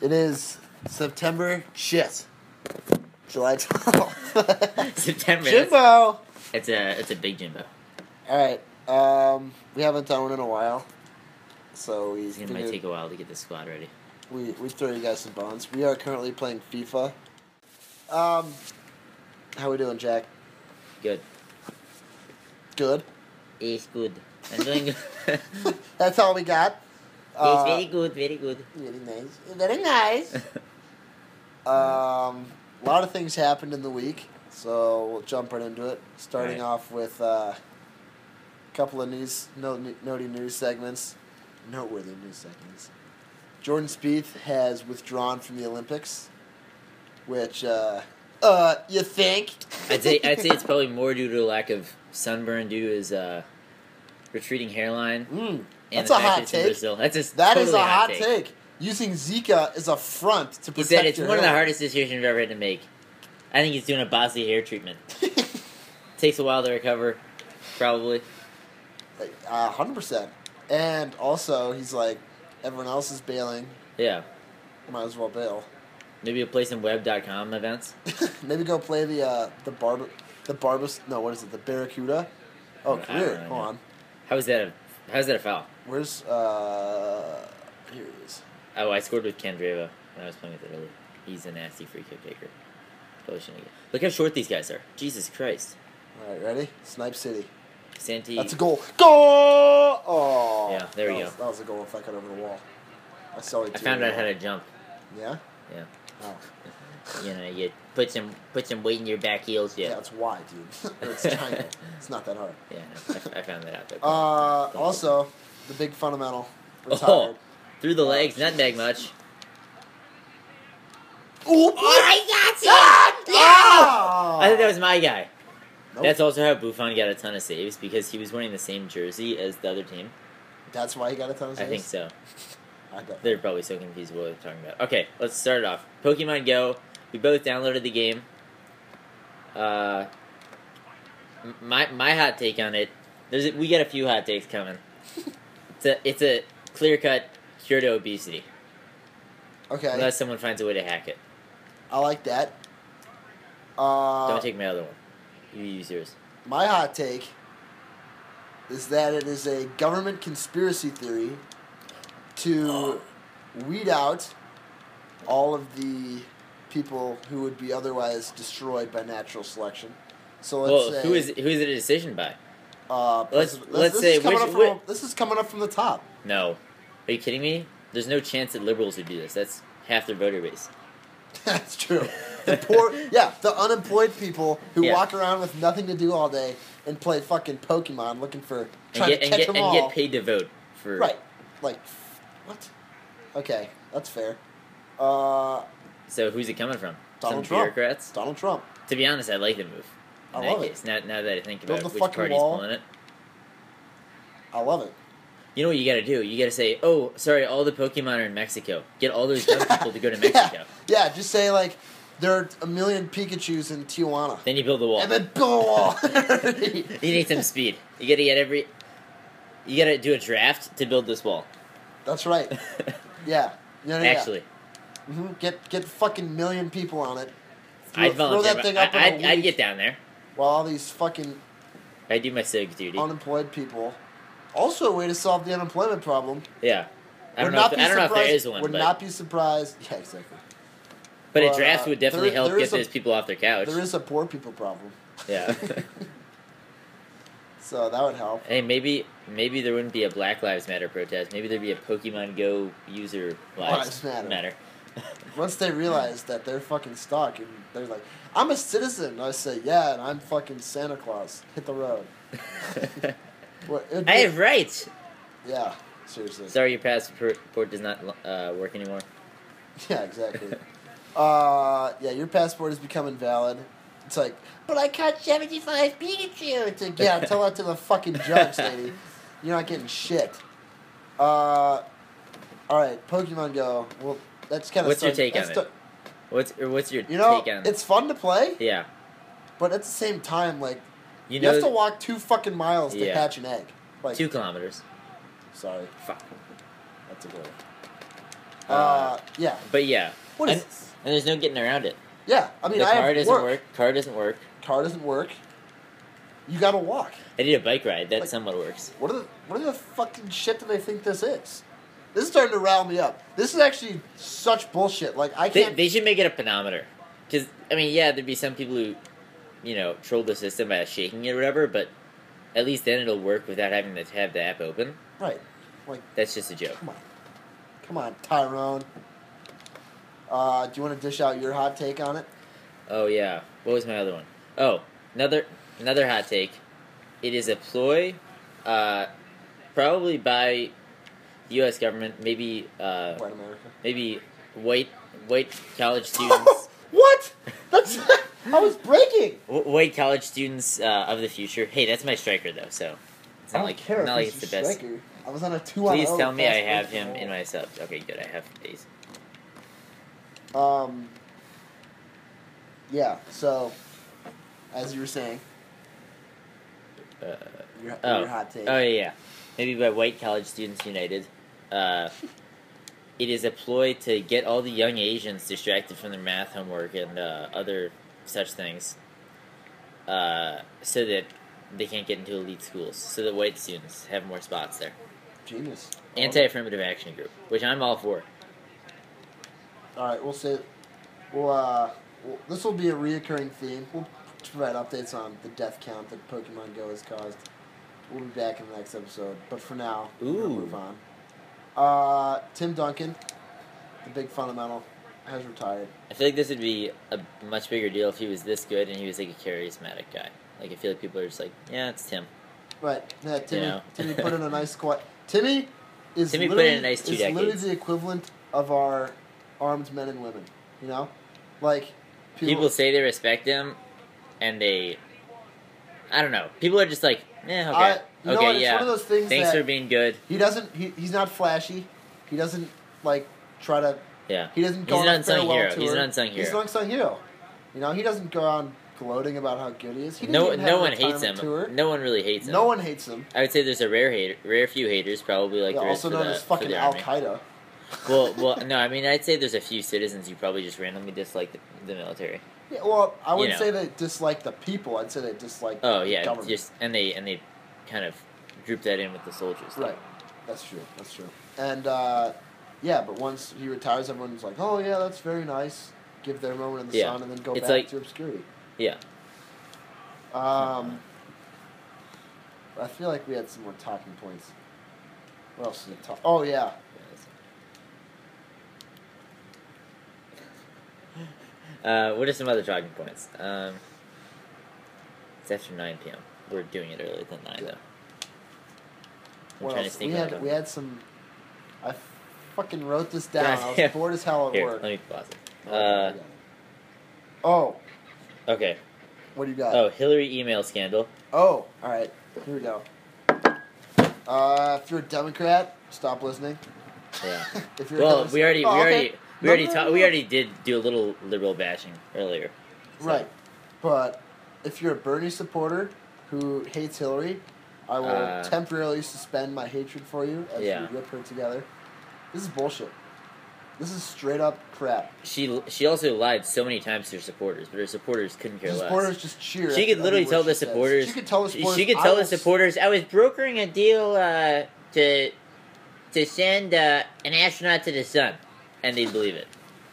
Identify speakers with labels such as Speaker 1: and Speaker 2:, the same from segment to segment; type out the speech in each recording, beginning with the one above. Speaker 1: It is September shit. July 12th.
Speaker 2: September. that's-
Speaker 1: Jimbo!
Speaker 2: It's a it's a big Jimbo.
Speaker 1: Alright, um, we haven't done one in a while. So we
Speaker 2: It's gonna might
Speaker 1: figured
Speaker 2: take a while to get the squad ready.
Speaker 1: we, we throw you guys some bones. We are currently playing FIFA. Um, how we doing, Jack?
Speaker 2: Good.
Speaker 1: Good?
Speaker 2: It's good. I'm doing good. it's
Speaker 1: That's all we got. Uh,
Speaker 2: very good, very good.
Speaker 1: Very nice. Very nice. Um, a lot of things happened in the week, so we'll jump right into it. Starting
Speaker 2: Right.
Speaker 1: off with uh, a couple of news, no, noty news segments, noteworthy news segments. Jordan Spieth has withdrawn from the Olympics, which uh, uh, you think?
Speaker 2: I'd say I'd say it's probably more due to lack of sunburn due to his uh, retreating hairline.
Speaker 1: Mm,
Speaker 2: and
Speaker 1: that's
Speaker 2: the
Speaker 1: a
Speaker 2: fact that
Speaker 1: hot
Speaker 2: it's in
Speaker 1: take.
Speaker 2: Brazil. That's a
Speaker 1: That
Speaker 2: totally
Speaker 1: is a hot take. Using Zika is a front to protect
Speaker 2: He said it's
Speaker 1: your
Speaker 2: one of the
Speaker 1: hair.
Speaker 2: hardest decisions I've ever had to make. I think he's doing a bossy hair treatment. Takes a while to recover, probably.
Speaker 1: A Uh, hundred percent. And also, he's like, everyone else is bailing.
Speaker 2: Yeah.
Speaker 1: Might as well bail.
Speaker 2: Maybe he'll play some web.com events.
Speaker 1: Maybe go play the uh, the barb the barbus. No, what is it? The barracuda. Oh,
Speaker 2: I don't
Speaker 1: career.
Speaker 2: really
Speaker 1: Hold
Speaker 2: know.
Speaker 1: on.
Speaker 2: How is that a how is that a foul?
Speaker 1: Where's uh? Here it is.
Speaker 2: Oh, I scored with Candrava when I was playing with Italy. He's a nasty free kick taker. Probably shouldn't get- Look how short these guys are. Jesus Christ.
Speaker 1: All right, ready? Snipe City.
Speaker 2: Santi.
Speaker 1: That's a goal. Goal! Oh.
Speaker 2: E. Yeah, there
Speaker 1: that
Speaker 2: we
Speaker 1: was,
Speaker 2: go.
Speaker 1: That was a goal if I cut over the wall. I saw it.
Speaker 2: I
Speaker 1: too.
Speaker 2: found out how to jump.
Speaker 1: Yeah.
Speaker 2: Yeah.
Speaker 1: Oh.
Speaker 2: You know, you put some put some weight in your back heels.
Speaker 1: Yeah,
Speaker 2: Yeah.
Speaker 1: it's why, dude. Or it's China. it's not that hard.
Speaker 2: Yeah. I, I found that out. but-
Speaker 1: Uh,
Speaker 2: Don't-
Speaker 1: also, the big fundamental.
Speaker 2: Oh,
Speaker 1: Retired.
Speaker 2: through the legs, not nutmeg much.
Speaker 1: Oh,
Speaker 2: I got
Speaker 1: Ah!
Speaker 2: I think that was my guy.
Speaker 1: Nope.
Speaker 2: That's also how Buffon got a ton of saves because he was wearing the same jersey as the other team.
Speaker 1: That's why he got a ton of
Speaker 2: I
Speaker 1: saves?
Speaker 2: think so.
Speaker 1: I bet.
Speaker 2: They're probably so confused what we're talking about. Okay, let's start it off. Pokemon Go. We both downloaded the game. Uh, m- my my hot take on it. There's a, we got a few hot takes coming. it's a it's a clear cut cure to obesity
Speaker 1: Okay,
Speaker 2: unless someone finds a way to hack it.
Speaker 1: I like that. Uh,
Speaker 2: Don't take my other one. You use yours.
Speaker 1: my hot take is that it is a government conspiracy theory
Speaker 2: Oh.
Speaker 1: to weed out all of the people who would be otherwise destroyed by natural selection. So let's
Speaker 2: Well,
Speaker 1: say
Speaker 2: who is it- who is it a decision by?
Speaker 1: uh,
Speaker 2: let's-
Speaker 1: president-
Speaker 2: let's
Speaker 1: this
Speaker 2: say
Speaker 1: is coming
Speaker 2: which-
Speaker 1: up from,
Speaker 2: whi-
Speaker 1: this is coming up from the top.
Speaker 2: No, are you kidding me? There's no chance that liberals would do this. That's half their voter base.
Speaker 1: That's true. The poor, yeah, the unemployed people who
Speaker 2: Yeah.
Speaker 1: walk around with nothing to do all day and play fucking Pokemon, looking for
Speaker 2: And
Speaker 1: trying
Speaker 2: get
Speaker 1: to
Speaker 2: and
Speaker 1: catch
Speaker 2: get,
Speaker 1: them
Speaker 2: and
Speaker 1: all.
Speaker 2: get paid to vote for
Speaker 1: Right. Like, what? Okay, that's fair. Uh,
Speaker 2: So who's it coming from?
Speaker 1: Donald
Speaker 2: Some
Speaker 1: Trump.
Speaker 2: bureaucrats.
Speaker 1: Donald Trump.
Speaker 2: To be honest, I like the move.
Speaker 1: I
Speaker 2: In
Speaker 1: love it.
Speaker 2: that case, now, now that I think
Speaker 1: Build
Speaker 2: about
Speaker 1: the
Speaker 2: it, which
Speaker 1: fucking
Speaker 2: party's
Speaker 1: wall.
Speaker 2: pulling it,
Speaker 1: I love it.
Speaker 2: you know what you got to do? You got to say, "Oh, sorry, all the Pokemon are in Mexico. Get all those dumb people to go to Mexico."
Speaker 1: Yeah. yeah, just say, like, there are a million Pikachus in Tijuana.
Speaker 2: Then you build the wall.
Speaker 1: And then, go
Speaker 2: you need some speed. You got to get every. You got to do a draft to build this wall.
Speaker 1: That's right. Yeah. No, no, yeah.
Speaker 2: Actually,
Speaker 1: hmm Get, get fucking million people on it.
Speaker 2: I'd
Speaker 1: Throw- throw
Speaker 2: volunteer.
Speaker 1: that thing
Speaker 2: I,
Speaker 1: up in a
Speaker 2: I'd, I'd
Speaker 1: week.
Speaker 2: get down there.
Speaker 1: While all these fucking
Speaker 2: I do my SIG duty.
Speaker 1: unemployed people. Also, a way to solve the unemployment problem.
Speaker 2: yeah. I
Speaker 1: Would
Speaker 2: don't, know
Speaker 1: not
Speaker 2: if,
Speaker 1: be
Speaker 2: I don't know if there
Speaker 1: surprised-
Speaker 2: is one,
Speaker 1: Would
Speaker 2: but,
Speaker 1: not be surprised. Yeah, exactly.
Speaker 2: but a
Speaker 1: but,
Speaker 2: draft
Speaker 1: uh,
Speaker 2: would definitely
Speaker 1: there-
Speaker 2: help
Speaker 1: there
Speaker 2: get
Speaker 1: is a-
Speaker 2: those people off their couch.
Speaker 1: There is a poor people problem,
Speaker 2: yeah.
Speaker 1: so that would help.
Speaker 2: Hey, maybe maybe there wouldn't be a Black Lives Matter protest. Maybe there'd be a Pokemon Go user lives
Speaker 1: Lives Matter.
Speaker 2: matter.
Speaker 1: Once they realize that they're fucking stuck and they're like, I'm a citizen. I say, yeah, and I'm fucking Santa Claus. Hit the road. Well, it'd
Speaker 2: I
Speaker 1: be-
Speaker 2: have rights.
Speaker 1: yeah, seriously.
Speaker 2: Sorry, your passport does not uh, work anymore.
Speaker 1: Yeah, exactly. uh, yeah, your passport is becoming valid. It's like, but I caught 75 Pikachu. It's like, yeah, tell that to the fucking judge, lady. You're not getting shit. Uh, all right, Pokemon Go. Well, that's kind of
Speaker 2: What's your take on it? What's or what's your
Speaker 1: You know,
Speaker 2: take on?
Speaker 1: it's fun to play,
Speaker 2: yeah,
Speaker 1: but at the same time, like you,
Speaker 2: you know,
Speaker 1: have to walk two fucking miles to
Speaker 2: Yeah.
Speaker 1: hatch an egg. Like,
Speaker 2: two kilometers.
Speaker 1: sorry,
Speaker 2: Fuck.
Speaker 1: that's a good. one. Uh, yeah.
Speaker 2: But yeah,
Speaker 1: What is
Speaker 2: and,
Speaker 1: this?
Speaker 2: and there's no getting around it.
Speaker 1: Yeah, I mean,
Speaker 2: the
Speaker 1: I
Speaker 2: car
Speaker 1: have
Speaker 2: doesn't work. Car doesn't work.
Speaker 1: Car doesn't work. You gotta walk.
Speaker 2: I did a bike ride. That
Speaker 1: Like-
Speaker 2: somewhat works.
Speaker 1: What are the what are the fucking shit do they think this is? This is starting to rile me up. This is actually such bullshit. Like I
Speaker 2: They,
Speaker 1: can't.
Speaker 2: they should make it a pedometer. Because I mean, yeah, there'd be some people who, you know, troll the system by shaking it or whatever. But at least then it'll work without having to have the app open.
Speaker 1: right. Like
Speaker 2: That's just a joke.
Speaker 1: come on, come on, Tyrone. Uh, do you want to dish out your hot take on it?
Speaker 2: Oh yeah. What was my other one? Oh, another another hot take. It is a ploy, uh, probably by the U.S. government, maybe uh,
Speaker 1: White America.
Speaker 2: maybe white white college students,
Speaker 1: what? That's I was breaking.
Speaker 2: wh- white college students uh, of the future. Hey, that's my striker though, so it's
Speaker 1: I
Speaker 2: not
Speaker 1: don't
Speaker 2: like
Speaker 1: care. if
Speaker 2: not like it's
Speaker 1: he's
Speaker 2: the
Speaker 1: a
Speaker 2: best.
Speaker 1: striker. I was on oh a two.
Speaker 2: Please tell me I have him in my subs. Okay, good. I have these.
Speaker 1: my. Um. Yeah. So, as you were saying,
Speaker 2: Uh,
Speaker 1: your,
Speaker 2: Oh.
Speaker 1: your hot take.
Speaker 2: Oh yeah, yeah. maybe by White College Students United. Uh, it is a ploy to get all the young Asians distracted from their math homework and uh, other such things, uh, so that they can't get into elite schools, so that white students have more spots there.
Speaker 1: Genius.
Speaker 2: Anti-affirmative action group, which I'm all for.
Speaker 1: All right, we'll say, we'll, uh, we'll, this will be a reoccurring theme. We'll provide updates on the death count that Pokemon Go has caused. We'll be back in the next episode, but for now, we'll
Speaker 2: Ooh.
Speaker 1: move on. Uh, Tim Duncan, the big fundamental, has retired.
Speaker 2: I feel like this would be a much bigger deal if he was this good and he was like a charismatic guy. Like I feel like people are just like, yeah, it's Tim.
Speaker 1: Right, yeah, Timmy,
Speaker 2: Yeah.
Speaker 1: Timmy put in a nice squat. Timmy is
Speaker 2: Timmy put in a
Speaker 1: literally,
Speaker 2: nice two
Speaker 1: is literally
Speaker 2: decades.
Speaker 1: the equivalent of our armed men and women, you know? Like,
Speaker 2: people say they respect him, and they, I don't know. People are just like, yeah, okay,
Speaker 1: I- you know
Speaker 2: okay,
Speaker 1: what, it's
Speaker 2: yeah.
Speaker 1: one of those things
Speaker 2: Thanks
Speaker 1: that-
Speaker 2: for being good.
Speaker 1: He doesn't. He, he's not flashy. He doesn't like try to.
Speaker 2: Yeah,
Speaker 1: He doesn't go
Speaker 2: He's
Speaker 1: on
Speaker 2: an
Speaker 1: a
Speaker 2: unsung
Speaker 1: farewell
Speaker 2: hero.
Speaker 1: tour.
Speaker 2: He's an unsung
Speaker 1: He's an
Speaker 2: hero.
Speaker 1: unsung hero. You know, he doesn't go on gloating about how good he is. He didn't
Speaker 2: no,
Speaker 1: even have
Speaker 2: no
Speaker 1: a
Speaker 2: one hates him.
Speaker 1: retirement tour.
Speaker 2: No one really hates him.
Speaker 1: No one hates him.
Speaker 2: I would say there's a rare hater, rare few haters, probably like
Speaker 1: Yeah,
Speaker 2: there is
Speaker 1: also
Speaker 2: for
Speaker 1: known
Speaker 2: the,
Speaker 1: as
Speaker 2: for
Speaker 1: fucking
Speaker 2: the
Speaker 1: Al
Speaker 2: army.
Speaker 1: Qaeda.
Speaker 2: well, well, no, I mean, I'd say there's a few citizens who probably just randomly dislike the, the military.
Speaker 1: Yeah, well, I
Speaker 2: You
Speaker 1: wouldn't
Speaker 2: know.
Speaker 1: say they dislike the people. I'd say they dislike.
Speaker 2: Oh
Speaker 1: the
Speaker 2: yeah,
Speaker 1: government.
Speaker 2: just and they and they kind of group that in with the soldiers.
Speaker 1: right. That's true. That's true. And uh, yeah, but once he retires, everyone's like, "Oh yeah, that's very nice." Give their moment in the
Speaker 2: Yeah.
Speaker 1: sun and then go
Speaker 2: It's
Speaker 1: back
Speaker 2: like- Hmm.
Speaker 1: to obscurity.
Speaker 2: Yeah.
Speaker 1: Um, I feel like we had some more talking points. What else did we talk? Oh yeah,
Speaker 2: Uh, what are some other talking points? Um, it's after 9 p.m. We're doing it earlier than 9, though. I'm
Speaker 1: what
Speaker 2: trying
Speaker 1: else?
Speaker 2: to
Speaker 1: We
Speaker 2: think
Speaker 1: had
Speaker 2: of
Speaker 1: we
Speaker 2: them.
Speaker 1: had some. I fucking wrote this down. I
Speaker 2: Yeah.
Speaker 1: was bored as hell at
Speaker 2: Here,
Speaker 1: work.
Speaker 2: let me pause it.
Speaker 1: Oh, I
Speaker 2: Uh,
Speaker 1: got it. oh,
Speaker 2: okay.
Speaker 1: what do you got?
Speaker 2: Oh, Hillary email scandal.
Speaker 1: Oh, all right. Here we go. Uh, if you're a Democrat, stop listening.
Speaker 2: Yeah.
Speaker 1: if you're a
Speaker 2: Well,
Speaker 1: Hillary-
Speaker 2: we already, we
Speaker 1: Oh, okay.
Speaker 2: already, we
Speaker 1: No,
Speaker 2: already,
Speaker 1: no,
Speaker 2: ta-
Speaker 1: no,
Speaker 2: we
Speaker 1: no.
Speaker 2: already did do a little liberal bashing earlier. So-
Speaker 1: Right. But if you're a Bernie supporter who hates Hillary, I will
Speaker 2: Uh,
Speaker 1: temporarily suspend my hatred for you as
Speaker 2: Yeah.
Speaker 1: we rip her together. This is bullshit. This is straight up crap.
Speaker 2: She she also lied so many times to her supporters, but her supporters couldn't care
Speaker 1: The
Speaker 2: less.
Speaker 1: supporters just cheer.
Speaker 2: She
Speaker 1: after
Speaker 2: could literally
Speaker 1: every word
Speaker 2: tell the
Speaker 1: she says.
Speaker 2: supporters.
Speaker 1: She could tell the supporters.
Speaker 2: She could
Speaker 1: I
Speaker 2: tell
Speaker 1: will
Speaker 2: the
Speaker 1: s-
Speaker 2: supporters. I was brokering a deal uh, to to send uh, an astronaut to the sun, and they believe it.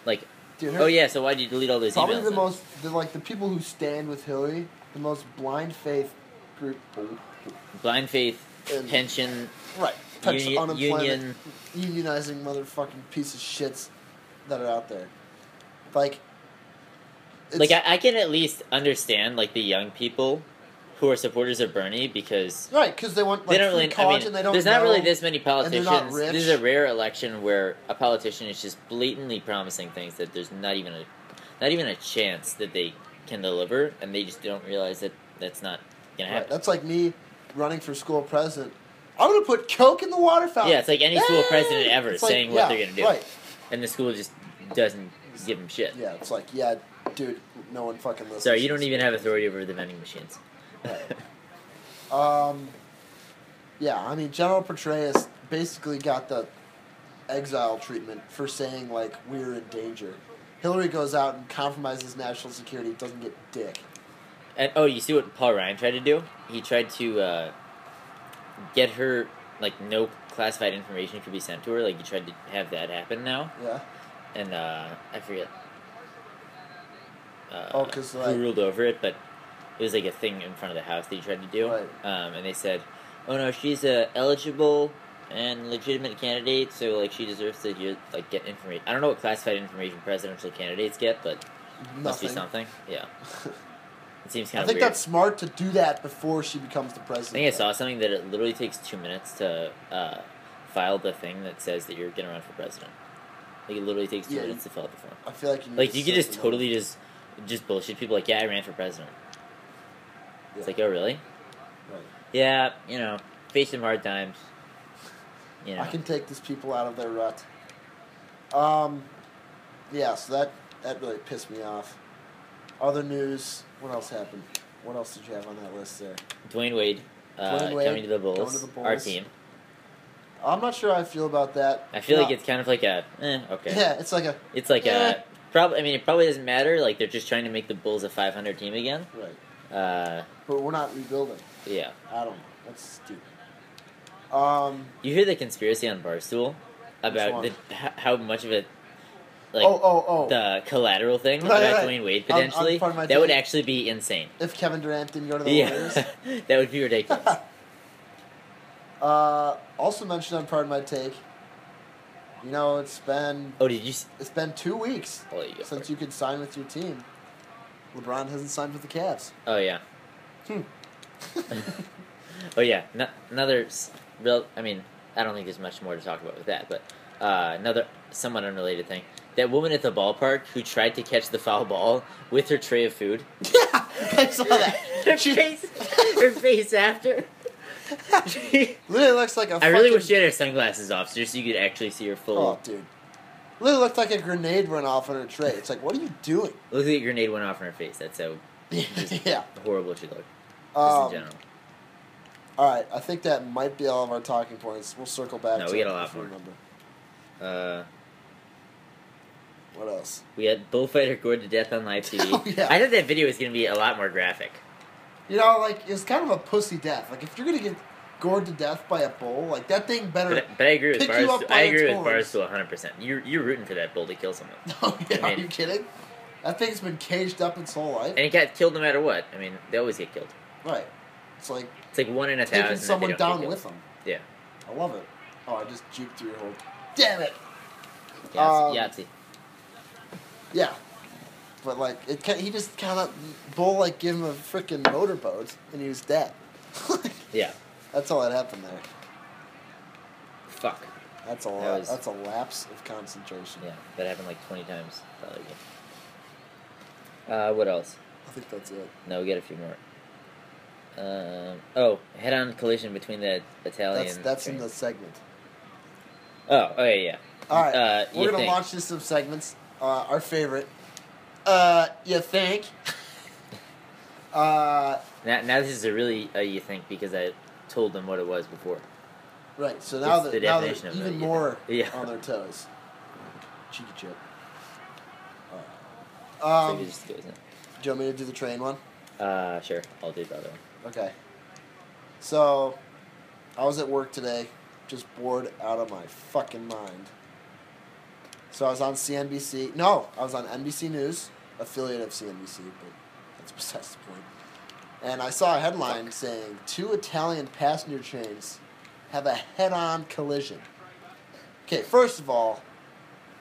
Speaker 2: Like,
Speaker 1: Dude, her-
Speaker 2: oh yeah, so why did you delete all those
Speaker 1: Probably
Speaker 2: emails?
Speaker 1: the
Speaker 2: then?
Speaker 1: most, the, like the people who stand with Hillary, the most blind faith group.
Speaker 2: blind faith
Speaker 1: And-
Speaker 2: pension
Speaker 1: Right. Touch
Speaker 2: uni-
Speaker 1: unemployment.
Speaker 2: union.
Speaker 1: unionizing motherfucking piece of shits that are out there. Like, it's-
Speaker 2: Like I, I can at least understand like the young people who are supporters of Bernie because
Speaker 1: right because they want like,
Speaker 2: they don't really.
Speaker 1: free
Speaker 2: I
Speaker 1: college
Speaker 2: mean,
Speaker 1: and they don't.
Speaker 2: there's not really
Speaker 1: know.
Speaker 2: this many
Speaker 1: they're
Speaker 2: politicians.
Speaker 1: not rich.
Speaker 2: This is a rare election where a politician is just blatantly promising things that there's not even a, not even a chance that they can deliver, and they just don't realize that that's not gonna
Speaker 1: Right,
Speaker 2: happen.
Speaker 1: that's like me running for school president. I'm gonna put coke in the water fountain.
Speaker 2: yeah, it's like any school
Speaker 1: Yay!
Speaker 2: president ever
Speaker 1: Eh, It's like,
Speaker 2: saying
Speaker 1: yeah,
Speaker 2: what they're gonna do,
Speaker 1: Right.
Speaker 2: and the school just doesn't give them shit.
Speaker 1: Yeah, it's like yeah, dude, no one fucking listens.
Speaker 2: Sorry, you
Speaker 1: to
Speaker 2: don't
Speaker 1: this.
Speaker 2: even have authority over the vending machines.
Speaker 1: Um, yeah, I mean General Petraeus basically got the exile treatment for saying like we're in danger. Hillary goes out and compromises national security, doesn't get dick.
Speaker 2: And oh, you see what Paul Ryan tried to do? He tried to uh, get her like no classified information could be sent to her. Like he tried to have that happen now,
Speaker 1: Yeah.
Speaker 2: and uh, I forget. Uh,
Speaker 1: Oh, 'cause, like-
Speaker 2: who ruled over it? But it was like a thing in front of the house that he tried to do,
Speaker 1: Right.
Speaker 2: um, and they said, "Oh no, she's a eligible and legitimate candidate, so like she deserves to hear, like get information." I don't know what classified information presidential candidates get, but must be
Speaker 1: Nothing.
Speaker 2: something. Yeah, it seems
Speaker 1: I
Speaker 2: kind
Speaker 1: think
Speaker 2: of. weird.
Speaker 1: that's smart to do that before she becomes the
Speaker 2: I
Speaker 1: president.
Speaker 2: think I saw something that it literally takes two minutes to uh, file the thing that says that you're gonna run for president. Like it literally takes two
Speaker 1: Yeah,
Speaker 2: minutes to fill out the form.
Speaker 1: I feel like you need
Speaker 2: Like
Speaker 1: to
Speaker 2: you could
Speaker 1: set
Speaker 2: just
Speaker 1: them up.
Speaker 2: totally just just bullshit people. Like yeah, I ran for president. It's
Speaker 1: Yeah.
Speaker 2: like oh really?
Speaker 1: Right.
Speaker 2: Yeah, you know, faced some hard times. You know,
Speaker 1: I can take these people out of their rut. Um, yeah, so that that really pissed me off. Other news. What else happened? What else did you have on that list there?
Speaker 2: Dwayne Wade, uh,
Speaker 1: Dwayne Wade
Speaker 2: coming to the Bulls,
Speaker 1: going to the
Speaker 2: our
Speaker 1: Bulls.
Speaker 2: team.
Speaker 1: I'm not sure how I feel about that.
Speaker 2: I feel
Speaker 1: No.
Speaker 2: like it's kind of like a eh, okay.
Speaker 1: yeah, it's like a
Speaker 2: It's like
Speaker 1: Yeah.
Speaker 2: a probably. I mean, it probably doesn't matter. Like they're just trying to make the Bulls a 500 team again.
Speaker 1: right,
Speaker 2: Uh,
Speaker 1: but we're not rebuilding.
Speaker 2: yeah.
Speaker 1: I don't know. That's stupid. Um.
Speaker 2: You hear the conspiracy on Barstool about the,
Speaker 1: Which
Speaker 2: h- how much of it, like
Speaker 1: oh, oh, oh.
Speaker 2: the collateral thing
Speaker 1: Right,
Speaker 2: about
Speaker 1: right.
Speaker 2: Dwayne Wade
Speaker 1: On- on
Speaker 2: potentially.
Speaker 1: part of my
Speaker 2: that would
Speaker 1: team.
Speaker 2: actually be insane.
Speaker 1: if Kevin Durant didn't go to the
Speaker 2: Yeah,
Speaker 1: Warriors.
Speaker 2: that would be ridiculous.
Speaker 1: uh, also mentioned on part of my take. You know, it's been
Speaker 2: oh, did you? s-
Speaker 1: it's been two weeks
Speaker 2: Oh, you go for
Speaker 1: since
Speaker 2: it.
Speaker 1: you could sign with your team. LeBron hasn't signed with the Cavs.
Speaker 2: oh yeah.
Speaker 1: Hmm.
Speaker 2: oh yeah. No, another s- real. I mean, I don't think there's much more to talk about with that, but uh, another somewhat unrelated thing. That woman at the ballpark who tried to catch the foul ball with her tray of food.
Speaker 1: yeah, I saw
Speaker 2: her
Speaker 1: that. She
Speaker 2: face, her face after. She-
Speaker 1: literally looks like a.
Speaker 2: I really
Speaker 1: fucking-
Speaker 2: wish she had her sunglasses off, so just so you could actually see her full.
Speaker 1: Oh, dude. Literally looked like a grenade went off on her tray. It's like, what are you doing?
Speaker 2: Looks like a grenade went off in her face. That's how
Speaker 1: yeah.
Speaker 2: horrible she looked. Just in
Speaker 1: Um,
Speaker 2: general.
Speaker 1: all right, I think that might be all of our talking points. We'll circle back.
Speaker 2: No,
Speaker 1: to
Speaker 2: we
Speaker 1: it
Speaker 2: got a lot
Speaker 1: if we
Speaker 2: more.
Speaker 1: Remember.
Speaker 2: Uh,
Speaker 1: What else?
Speaker 2: we had bullfighter gored to death on live TV.
Speaker 1: Oh, yeah.
Speaker 2: I thought that video was going to be a lot more graphic.
Speaker 1: You know, like it's kind of a pussy death. Like if you're gonna get gored to death by a bull, like that thing better.
Speaker 2: But, but I agree with
Speaker 1: Pick you
Speaker 2: Barstool.
Speaker 1: up by
Speaker 2: I agree with
Speaker 1: its horns.
Speaker 2: Barstool 100%. You're, you're rooting for that bull to kill someone.
Speaker 1: No, yeah, are
Speaker 2: mean-
Speaker 1: you kidding? That thing's been caged up its whole life.
Speaker 2: And it got killed no matter what. I mean, they always get killed.
Speaker 1: Right. It's like
Speaker 2: It's like one in a thousand.
Speaker 1: taking
Speaker 2: that they
Speaker 1: someone
Speaker 2: don't get
Speaker 1: down
Speaker 2: killed.
Speaker 1: with them.
Speaker 2: Yeah.
Speaker 1: I love it. Oh, I just juked through your hole. Damn it!
Speaker 2: Yahtzee.
Speaker 1: Um,
Speaker 2: Yahtzee.
Speaker 1: Yeah. But like, it kind he just kind of bull like gave him a freaking motorboat, and he was dead.
Speaker 2: Yeah.
Speaker 1: that's all that happened there.
Speaker 2: Fuck.
Speaker 1: That's a
Speaker 2: That
Speaker 1: la-
Speaker 2: was-
Speaker 1: that's a lapse of concentration.
Speaker 2: Yeah, that happened like 20 times. Probably. Uh, what else?
Speaker 1: I think that's it.
Speaker 2: No, we got a few more. Um, oh, head-on collision between the Italian.
Speaker 1: That's that's in the segment.
Speaker 2: Oh, oh yeah, yeah.
Speaker 1: All right,
Speaker 2: Uh, you
Speaker 1: we're gonna
Speaker 2: think.
Speaker 1: launch this some segments. Uh, our favorite. Uh, you think? uh,
Speaker 2: Now, now this is a really uh, you think because I told them what it was before.
Speaker 1: right. So now
Speaker 2: It's
Speaker 1: that
Speaker 2: the
Speaker 1: now they're
Speaker 2: definition of
Speaker 1: even
Speaker 2: it, yeah.
Speaker 1: more
Speaker 2: Yeah.
Speaker 1: on their toes. Cheeky chip.
Speaker 2: So
Speaker 1: Um,
Speaker 2: it
Speaker 1: do
Speaker 2: just goes in.
Speaker 1: you want me to do the train one?
Speaker 2: Uh, sure, I'll do the other one.
Speaker 1: Okay. So, I was at work today, just bored out of my fucking mind. So I was on CNBC. No, I was on NBC News, affiliate of CNBC, but that's besides the point. And I saw a headline saying two Italian passenger trains have a head-on collision. Okay, first of all,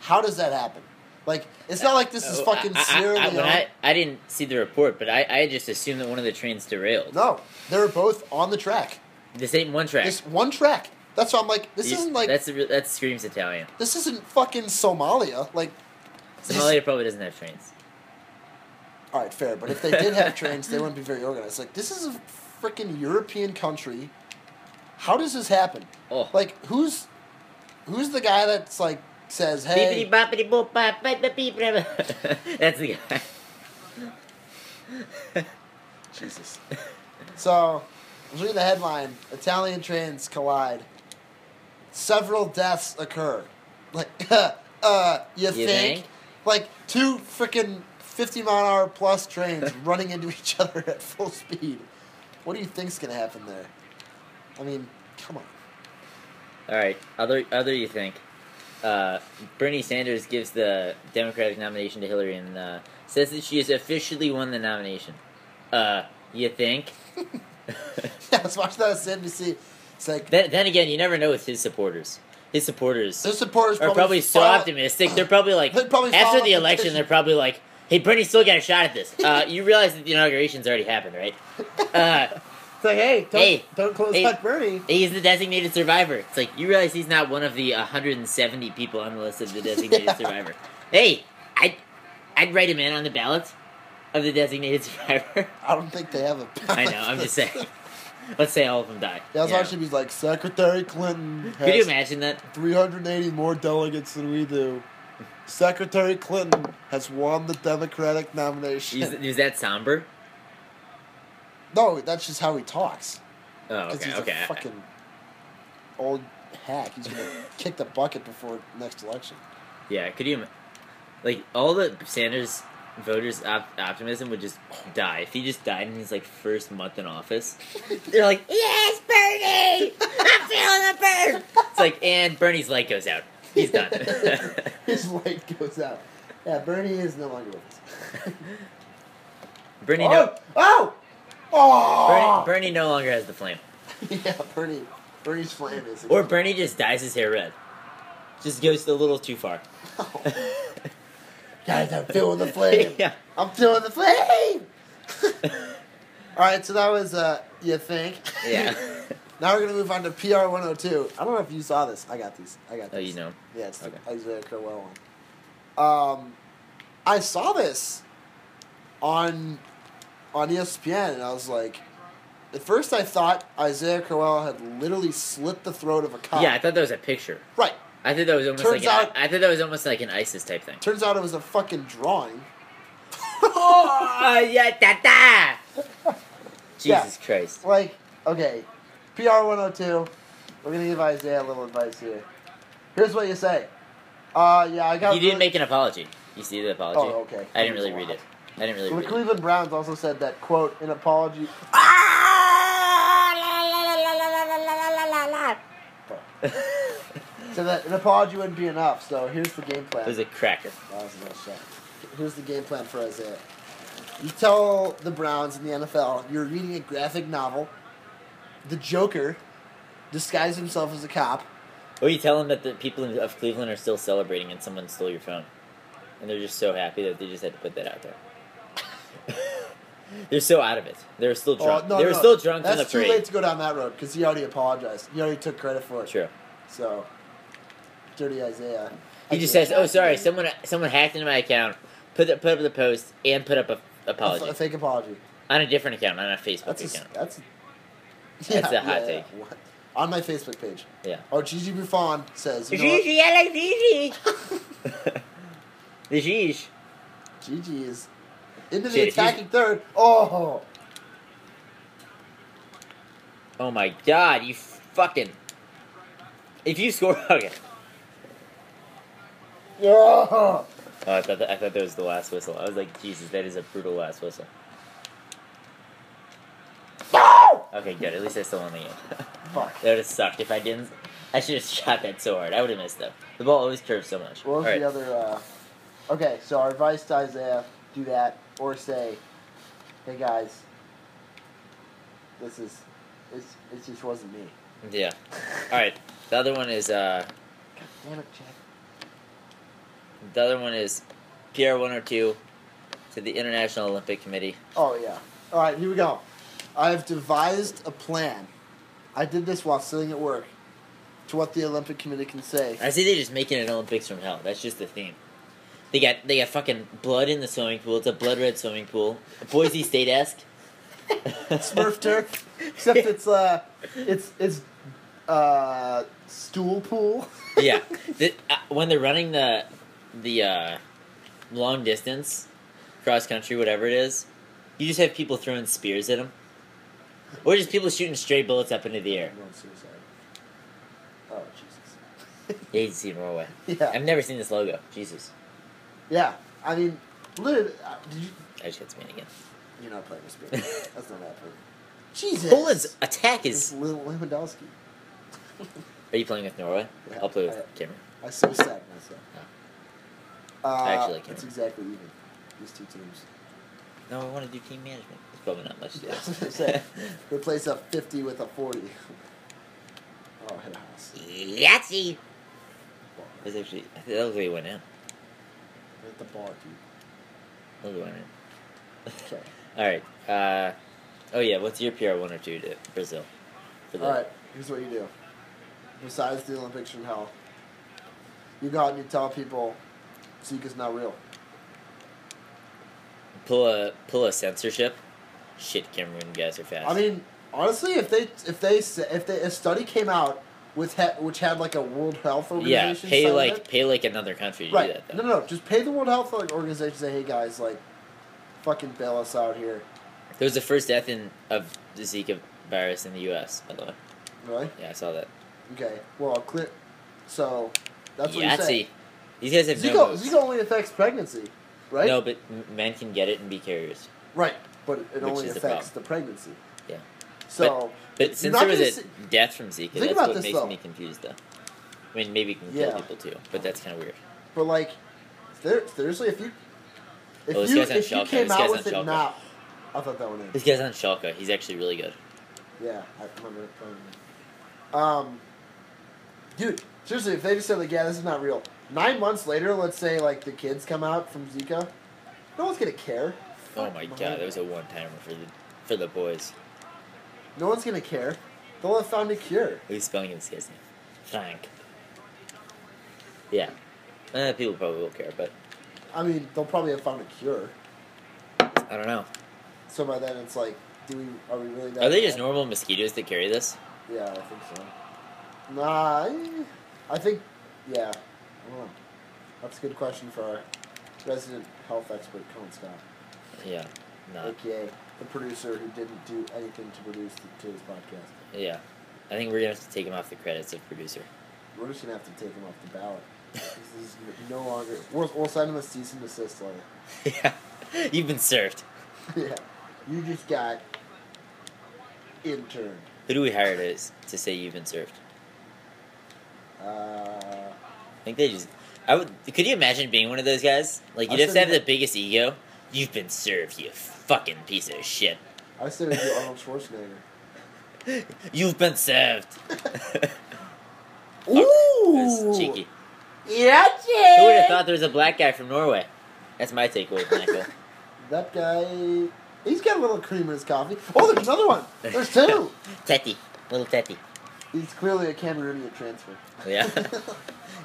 Speaker 1: how does that happen? Like, it's not like this is
Speaker 2: Oh,
Speaker 1: fucking
Speaker 2: I, I-
Speaker 1: Sierra
Speaker 2: I, I,
Speaker 1: Leone.
Speaker 2: when I, I didn't see the report, but I, I just assumed that one of the trains derailed.
Speaker 1: no, they're both on the track.
Speaker 2: This ain't one track.
Speaker 1: This one track. That's why I'm like, this
Speaker 2: You-
Speaker 1: isn't like
Speaker 2: that's a re- that screams Italian.
Speaker 1: this isn't fucking Somalia. Like, this-
Speaker 2: Somalia probably doesn't have trains.
Speaker 1: all right, fair. But if they did have trains, they wouldn't be very organized. Like, this is a freaking European country. How does this happen?
Speaker 2: Oh,
Speaker 1: Like, who's who's the guy that's like says, hey,
Speaker 2: Beepity boppity boop bop bop bop beep, blah, blah. That's the guy.
Speaker 1: Jesus. So, I was reading the headline: Italian trains collide. Several deaths occur. Like, uh, you,
Speaker 2: You
Speaker 1: think?
Speaker 2: think?
Speaker 1: Like two freaking fifty mile an hour plus trains running into each other at full speed. What do you think's gonna happen there? I mean, come on.
Speaker 2: All right, other other you think? Uh, Bernie Sanders gives the Democratic nomination to Hillary and uh, says that she has officially won the nomination. Uh, you think?
Speaker 1: Yeah, let's watch that on CNBC. It's like
Speaker 2: Then, then again, you never know with his supporters. His supporters
Speaker 1: their supporters
Speaker 2: are
Speaker 1: probably,
Speaker 2: probably so
Speaker 1: file-
Speaker 2: optimistic. They're probably like,
Speaker 1: They'd probably file
Speaker 2: after
Speaker 1: a
Speaker 2: the election,
Speaker 1: petition.
Speaker 2: they're probably like, hey, Bernie still got a shot at this. Uh, you realize that the inauguration's already happened, right? Uh,
Speaker 1: It's like, hey, don't,
Speaker 2: Hey,
Speaker 1: don't close
Speaker 2: hey.
Speaker 1: that Bernie.
Speaker 2: he's the designated survivor. It's like, you realize he's not one of the 170 people on the list of the designated
Speaker 1: Yeah.
Speaker 2: survivor. Hey, I'd, I'd write him in on the ballot of the designated survivor.
Speaker 1: I don't think they have a.
Speaker 2: I know, I'm just saying. Let's say all of them die.
Speaker 1: Yeah, it's
Speaker 2: you know?
Speaker 1: actually be like Secretary Clinton
Speaker 2: Could you
Speaker 1: has
Speaker 2: imagine that?
Speaker 1: 380 more delegates than we do. Secretary Clinton has won the Democratic nomination.
Speaker 2: Is, is that somber?
Speaker 1: no, that's just how he talks.
Speaker 2: Oh,
Speaker 1: Because
Speaker 2: okay,
Speaker 1: he's
Speaker 2: okay.
Speaker 1: a fucking old hack. He's gonna kick the bucket before next election.
Speaker 2: Yeah, could you, im- like, all the Sanders voters' op- optimism would just die if he just died in his like first month in office. They're like, "Yes, Bernie, I'm feeling the burn." It's like, and Bernie's light goes out. He's done.
Speaker 1: His light goes out. Yeah, Bernie is no longer with us.
Speaker 2: Bernie
Speaker 1: oh,
Speaker 2: no,
Speaker 1: oh,
Speaker 2: Bernie,
Speaker 1: oh!
Speaker 2: Bernie no longer has the flame,
Speaker 1: yeah, Bernie. Bernie's flame is.
Speaker 2: or Bernie just dyes his hair red. Just goes a little too far.
Speaker 1: Guys, I'm feeling the flame.
Speaker 2: yeah.
Speaker 1: I'm feeling the flame. All right, so that was uh, you think.
Speaker 2: Yeah.
Speaker 1: now we're gonna move on to PR 102. I don't know if you saw this. I got these. I got
Speaker 2: Oh,
Speaker 1: these.
Speaker 2: you know.
Speaker 1: Yeah, it's
Speaker 2: Okay.
Speaker 1: the Isaiah Crowell one. Um, I saw this on on E ESPN, and I was like, at first I thought Isaiah Crowell had literally slit the throat of a cop.
Speaker 2: Yeah, I thought that was a picture.
Speaker 1: right.
Speaker 2: I thought that was almost
Speaker 1: Turns
Speaker 2: like an,
Speaker 1: out-
Speaker 2: I thought that was almost like an ISIS type thing.
Speaker 1: Turns out it was a fucking drawing.
Speaker 2: oh yeah, da da. Jesus Christ.
Speaker 1: like, okay, PR 102, we're going to give Isaiah a little advice here. Here's what you say. Uh, yeah, I got.
Speaker 2: He
Speaker 1: really-
Speaker 2: didn't make an apology. You see the apology?
Speaker 1: Oh, okay.
Speaker 2: I didn't really read it. I didn't really
Speaker 1: So the
Speaker 2: read it.
Speaker 1: Cleveland Browns also said that, quote, an apology. So that an apology wouldn't be enough, so here's the game plan.
Speaker 2: It was a cracker.
Speaker 1: That was a nice shot. Here's the game plan for Isaiah. You tell the Browns in the NFL you're reading a graphic novel. The Joker disguised himself as a cop.
Speaker 2: Or you tell them that the people in- of Cleveland are still celebrating and someone stole your phone. And they're just so happy that they just had to put that out there. they're so out of it. They were still drunk.
Speaker 1: Oh, no,
Speaker 2: they were
Speaker 1: no,
Speaker 2: still drunk
Speaker 1: That's
Speaker 2: from the
Speaker 1: too
Speaker 2: parade.
Speaker 1: late to go down that road because he already apologized. He already took credit for it.
Speaker 2: True.
Speaker 1: So, dirty Isaiah.
Speaker 2: He just says, "Oh, sorry, someone someone hacked into my account, put the, put up the post, and put up a
Speaker 1: A f-
Speaker 2: apology
Speaker 1: A fake apology.
Speaker 2: on a different account, on a Facebook
Speaker 1: That's a, s-
Speaker 2: account."
Speaker 1: that's. A,
Speaker 2: That's a hot take.
Speaker 1: What? On my Facebook page.
Speaker 2: Yeah.
Speaker 1: Oh, Gigi Buffon says. You know what?
Speaker 2: Gigi, I like Gigi. the Gigi.
Speaker 1: Gigi is into the
Speaker 2: Gigi.
Speaker 1: attacking third. Oh,
Speaker 2: Oh my god, you fucking. If you score, okay.
Speaker 1: oh.
Speaker 2: Oh, I thought that, I thought that was the last whistle. I was like, Jesus, that is a brutal last whistle.
Speaker 1: No!
Speaker 2: Okay, good. At least I still won the game.
Speaker 1: Fuck.
Speaker 2: that would have sucked if I didn't. I should have shot that so hard. I would have missed though. The ball always curves so much.
Speaker 1: What was
Speaker 2: Alright.
Speaker 1: the other? Uh... Okay, so our advice to Isaiah: do that, or say, "Hey guys, this is, it's, it just wasn't me."
Speaker 2: Yeah. All right. The other one is uh,
Speaker 1: God damn it, Jack.
Speaker 2: the other one is PR one or two to the International Olympic Committee.
Speaker 1: Oh yeah. All right, here we go. I have devised a plan. I did this while sitting at work. To what the Olympic Committee can say.
Speaker 2: I see they're just making an Olympics from hell. That's just the theme. They got they got fucking blood in the swimming pool. It's a blood red swimming pool. Boise State esque.
Speaker 1: Smurf turf, except it's uh, it's it's uh, stool pool.
Speaker 2: yeah. The, uh, when they're running the the uh, long distance, cross country, whatever it is, you just have people throwing spears at them, or just people shooting stray bullets up into the air.
Speaker 1: Everyone's suicide. Oh Jesus.
Speaker 2: Yeah, you can see it from a mile away.
Speaker 1: yeah.
Speaker 2: I've never seen this logo. Jesus.
Speaker 1: Yeah. I mean, literally, uh, did you,
Speaker 2: I just got to again.
Speaker 1: you're not playing with Spain. That's not happening. Jesus.
Speaker 2: Poland's attack
Speaker 1: It's
Speaker 2: is.
Speaker 1: Lil Lewandowski.
Speaker 2: Are you playing with Norway?
Speaker 1: Yeah,
Speaker 2: I'll play with
Speaker 1: I-
Speaker 2: Cameron.
Speaker 1: I so sad myself. Uh,
Speaker 2: I actually like
Speaker 1: It's
Speaker 2: him.
Speaker 1: exactly even. These two teams.
Speaker 2: No, I want to do team management. It's probably not much to
Speaker 1: Yeah, that's what
Speaker 2: do.
Speaker 1: I'm saying. Replace a 50 with a 40. oh, hit a house.
Speaker 2: Yahtzee!
Speaker 1: Bar.
Speaker 2: That's actually. That was where he went in.
Speaker 1: Hit the bar, dude.
Speaker 2: That was where he went
Speaker 1: Okay.
Speaker 2: in. Alright. Uh, oh, yeah. What's your PR 1 or 2 to Brazil? For the-
Speaker 1: All right, here's what you do. Besides the Olympics from hell, you go out and you tell people Zika's not real.
Speaker 2: Pull a, pull a censorship. Shit, Cameron, you guys are fast.
Speaker 1: I mean, honestly, if they if they sa- if they a study came out with ha- which had like a World Health
Speaker 2: yeah,
Speaker 1: Organization,
Speaker 2: pay
Speaker 1: side of
Speaker 2: like
Speaker 1: it-
Speaker 2: pay like another country to do
Speaker 1: right?
Speaker 2: that. Though.
Speaker 1: No, no, no, just pay the World Health like, Organization. Say, hey guys, like, fucking bail us out here,
Speaker 2: There was the first death in of the Zika virus in the U.S. By the way,
Speaker 1: really?
Speaker 2: yeah, I saw that.
Speaker 1: Okay, well, clear. So that's what you
Speaker 2: Yahtzee.
Speaker 1: say.
Speaker 2: These guys have no
Speaker 1: Zika,
Speaker 2: moves.
Speaker 1: Zika only affects pregnancy, right?
Speaker 2: No, but m- men can get it and be carriers.
Speaker 1: Right, but it
Speaker 2: Which
Speaker 1: only
Speaker 2: is the
Speaker 1: affects
Speaker 2: problem.
Speaker 1: the, pregnancy.
Speaker 2: Yeah.
Speaker 1: So
Speaker 2: But since
Speaker 1: not
Speaker 2: there was
Speaker 1: gonna
Speaker 2: a
Speaker 1: see-
Speaker 2: death from Zika,
Speaker 1: Think
Speaker 2: that's
Speaker 1: about
Speaker 2: what
Speaker 1: this,
Speaker 2: makes
Speaker 1: though.
Speaker 2: me confused. Though, I mean, maybe you can
Speaker 1: Yeah.
Speaker 2: kill people too, but that's kind of weird.
Speaker 1: But like, there, seriously, if you if
Speaker 2: Oh, this
Speaker 1: you
Speaker 2: guy's on
Speaker 1: if you
Speaker 2: Schalke.
Speaker 1: came
Speaker 2: This
Speaker 1: out
Speaker 2: guy's
Speaker 1: with
Speaker 2: on
Speaker 1: it
Speaker 2: Schalke.
Speaker 1: now, I thought that one.
Speaker 2: This guy's on Schalke. He's actually really good. Oh
Speaker 1: Yeah, I remember it playing. Um, dude, seriously, if they just said like, yeah, this is not real. Nine months later, let's say like the kids come out from Zika, no one's gonna care.
Speaker 2: Oh
Speaker 1: Fuck
Speaker 2: my god, that was a one timer for the for the boys.
Speaker 1: No one's gonna care. They'll have found a cure.
Speaker 2: Who's spelling this guy's name? Frank. Yeah, uh, people probably will care, but
Speaker 1: I mean, they'll probably have found a cure.
Speaker 2: I don't know.
Speaker 1: So by then, it's like, do we are we really? that
Speaker 2: Are they just
Speaker 1: bad?
Speaker 2: normal mosquitoes that carry this?
Speaker 1: Yeah, I think so. Nah, I- I think, yeah. I don't know. That's a good question for our resident health expert, Colin Scott,
Speaker 2: Yeah. No.
Speaker 1: aka the producer who didn't do anything to produce the, today's podcast.
Speaker 2: Yeah. I think we're gonna have to take him off the credits of producer.
Speaker 1: We're just gonna have to take him off the ballot. This is n- no longer. We'll, we'll send him a cease and desist letter.
Speaker 2: yeah. You've been served.
Speaker 1: yeah, you just got interned.
Speaker 2: Who do we hire to, to say you've been served?
Speaker 1: Uh,
Speaker 2: I think they just. I would. Could you imagine being one of those guys? Like you'd
Speaker 1: I
Speaker 2: have to have
Speaker 1: said-
Speaker 2: the biggest ego. You've been served, you fucking piece of shit.
Speaker 1: I said it'd be Arnold Schwarzenegger.
Speaker 2: You've been served.
Speaker 1: Ooh,
Speaker 2: That's cheeky.
Speaker 1: Yeah,
Speaker 2: Who would have thought there was a black guy from Norway? That's my takeaway, Michael.
Speaker 1: That guy, he's got a little cream in his coffee. Oh, there's another one. There's two.
Speaker 2: Teddy, little Teddy.
Speaker 1: he's clearly a Cameroonian transfer.
Speaker 2: Yeah.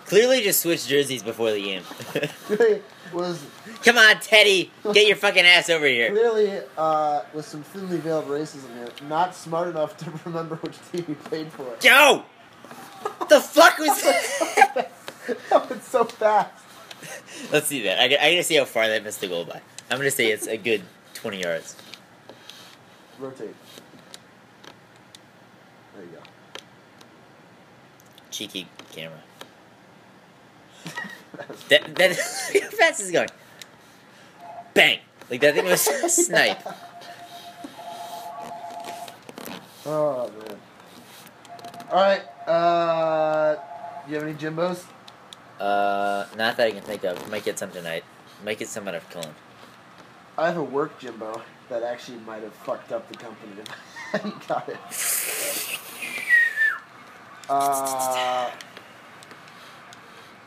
Speaker 2: Clearly, just switched jerseys before the game.
Speaker 1: Clearly was
Speaker 2: Come on, Teddy, get your fucking ass over here.
Speaker 1: clearly uh, was some thinly veiled racism here. Not smart enough to remember which team he played for.
Speaker 2: Joe! The fuck was that?
Speaker 1: that was so fast.
Speaker 2: Let's see that. I, I gotta see how far that missed the goal by. I'm gonna say it's a good 20 yards.
Speaker 1: Rotate. There you go.
Speaker 2: Cheeky camera. That, that, look how fast is going. Bang! Like that thing was snipe.
Speaker 1: Oh man. All right. Uh, you have any Jimbos?
Speaker 2: Uh, not that I can think of. Might get some tonight. Might get some out of Cologne.
Speaker 1: I have a work Jimbo that actually might have fucked up the company if I hadn't got it. Uh,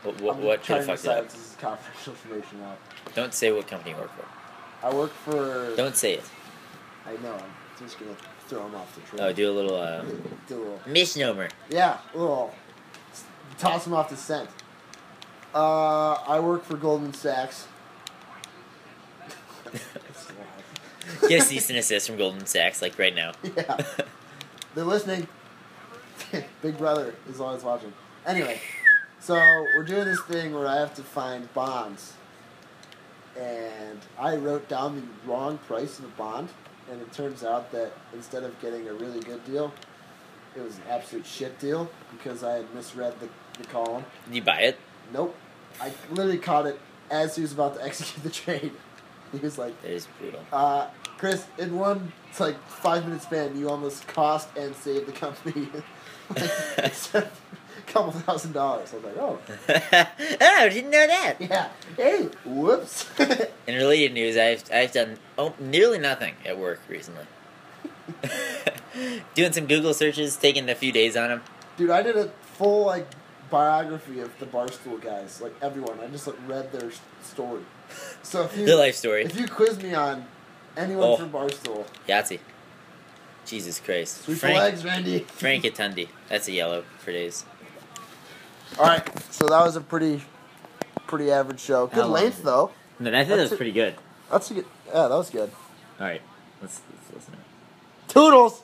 Speaker 2: What, what,
Speaker 1: I'm
Speaker 2: what could
Speaker 1: trying
Speaker 2: have
Speaker 1: to
Speaker 2: fucked it
Speaker 1: decide
Speaker 2: up?
Speaker 1: if this is confidential information or not.
Speaker 2: Don't say what company you work for.
Speaker 1: I work for.
Speaker 2: Don't say it.
Speaker 1: I know. I'm just gonna throw him off the trail.
Speaker 2: Oh, do a little uh,
Speaker 1: Do a little.
Speaker 2: misnomer.
Speaker 1: Yeah, a little. s- Toss him off the scent. Uh, I work for Goldman Sachs. That's loud.
Speaker 2: Get a cease and assist from Goldman Sachs, like right now.
Speaker 1: Yeah. They're listening. Big Brother is always watching. Anyway, so we're doing this thing where I have to find bonds. And I wrote down the wrong price of the bond, and it turns out that instead of getting a really good deal, It was an absolute shit deal because I had misread the, the column.
Speaker 2: Did you buy it?
Speaker 1: Nope. I literally caught it as he was about to execute the trade. He was like,
Speaker 2: That is brutal.
Speaker 1: uh, Chris, in one it's like five minute span, you almost cost and saved the company like, a couple thousand dollars. I was like, oh,
Speaker 2: oh, didn't know that.
Speaker 1: yeah. Hey, whoops.
Speaker 2: In related news, I've I've done oh, nearly nothing at work recently. Doing some Google searches, taking a few days on them.
Speaker 1: Dude, I did a full like biography of the Barstool guys, like everyone. I just like read their s- story. So if you
Speaker 2: The life story,
Speaker 1: if you quiz me on anyone
Speaker 2: Oh.
Speaker 1: from Barstool,
Speaker 2: Yahtzee. Jesus Christ,
Speaker 1: sweep the
Speaker 2: Frank
Speaker 1: legs, Randy.
Speaker 2: Frank Atundi. That's a yellow for days.
Speaker 1: All right, so that was a pretty, pretty average show.
Speaker 2: How
Speaker 1: Good
Speaker 2: long
Speaker 1: length
Speaker 2: is it?
Speaker 1: though.
Speaker 2: No, I think
Speaker 1: that was pretty
Speaker 2: good.
Speaker 1: That's a good. Yeah, that was good.
Speaker 2: All right, let's let's listen.
Speaker 1: Toodles.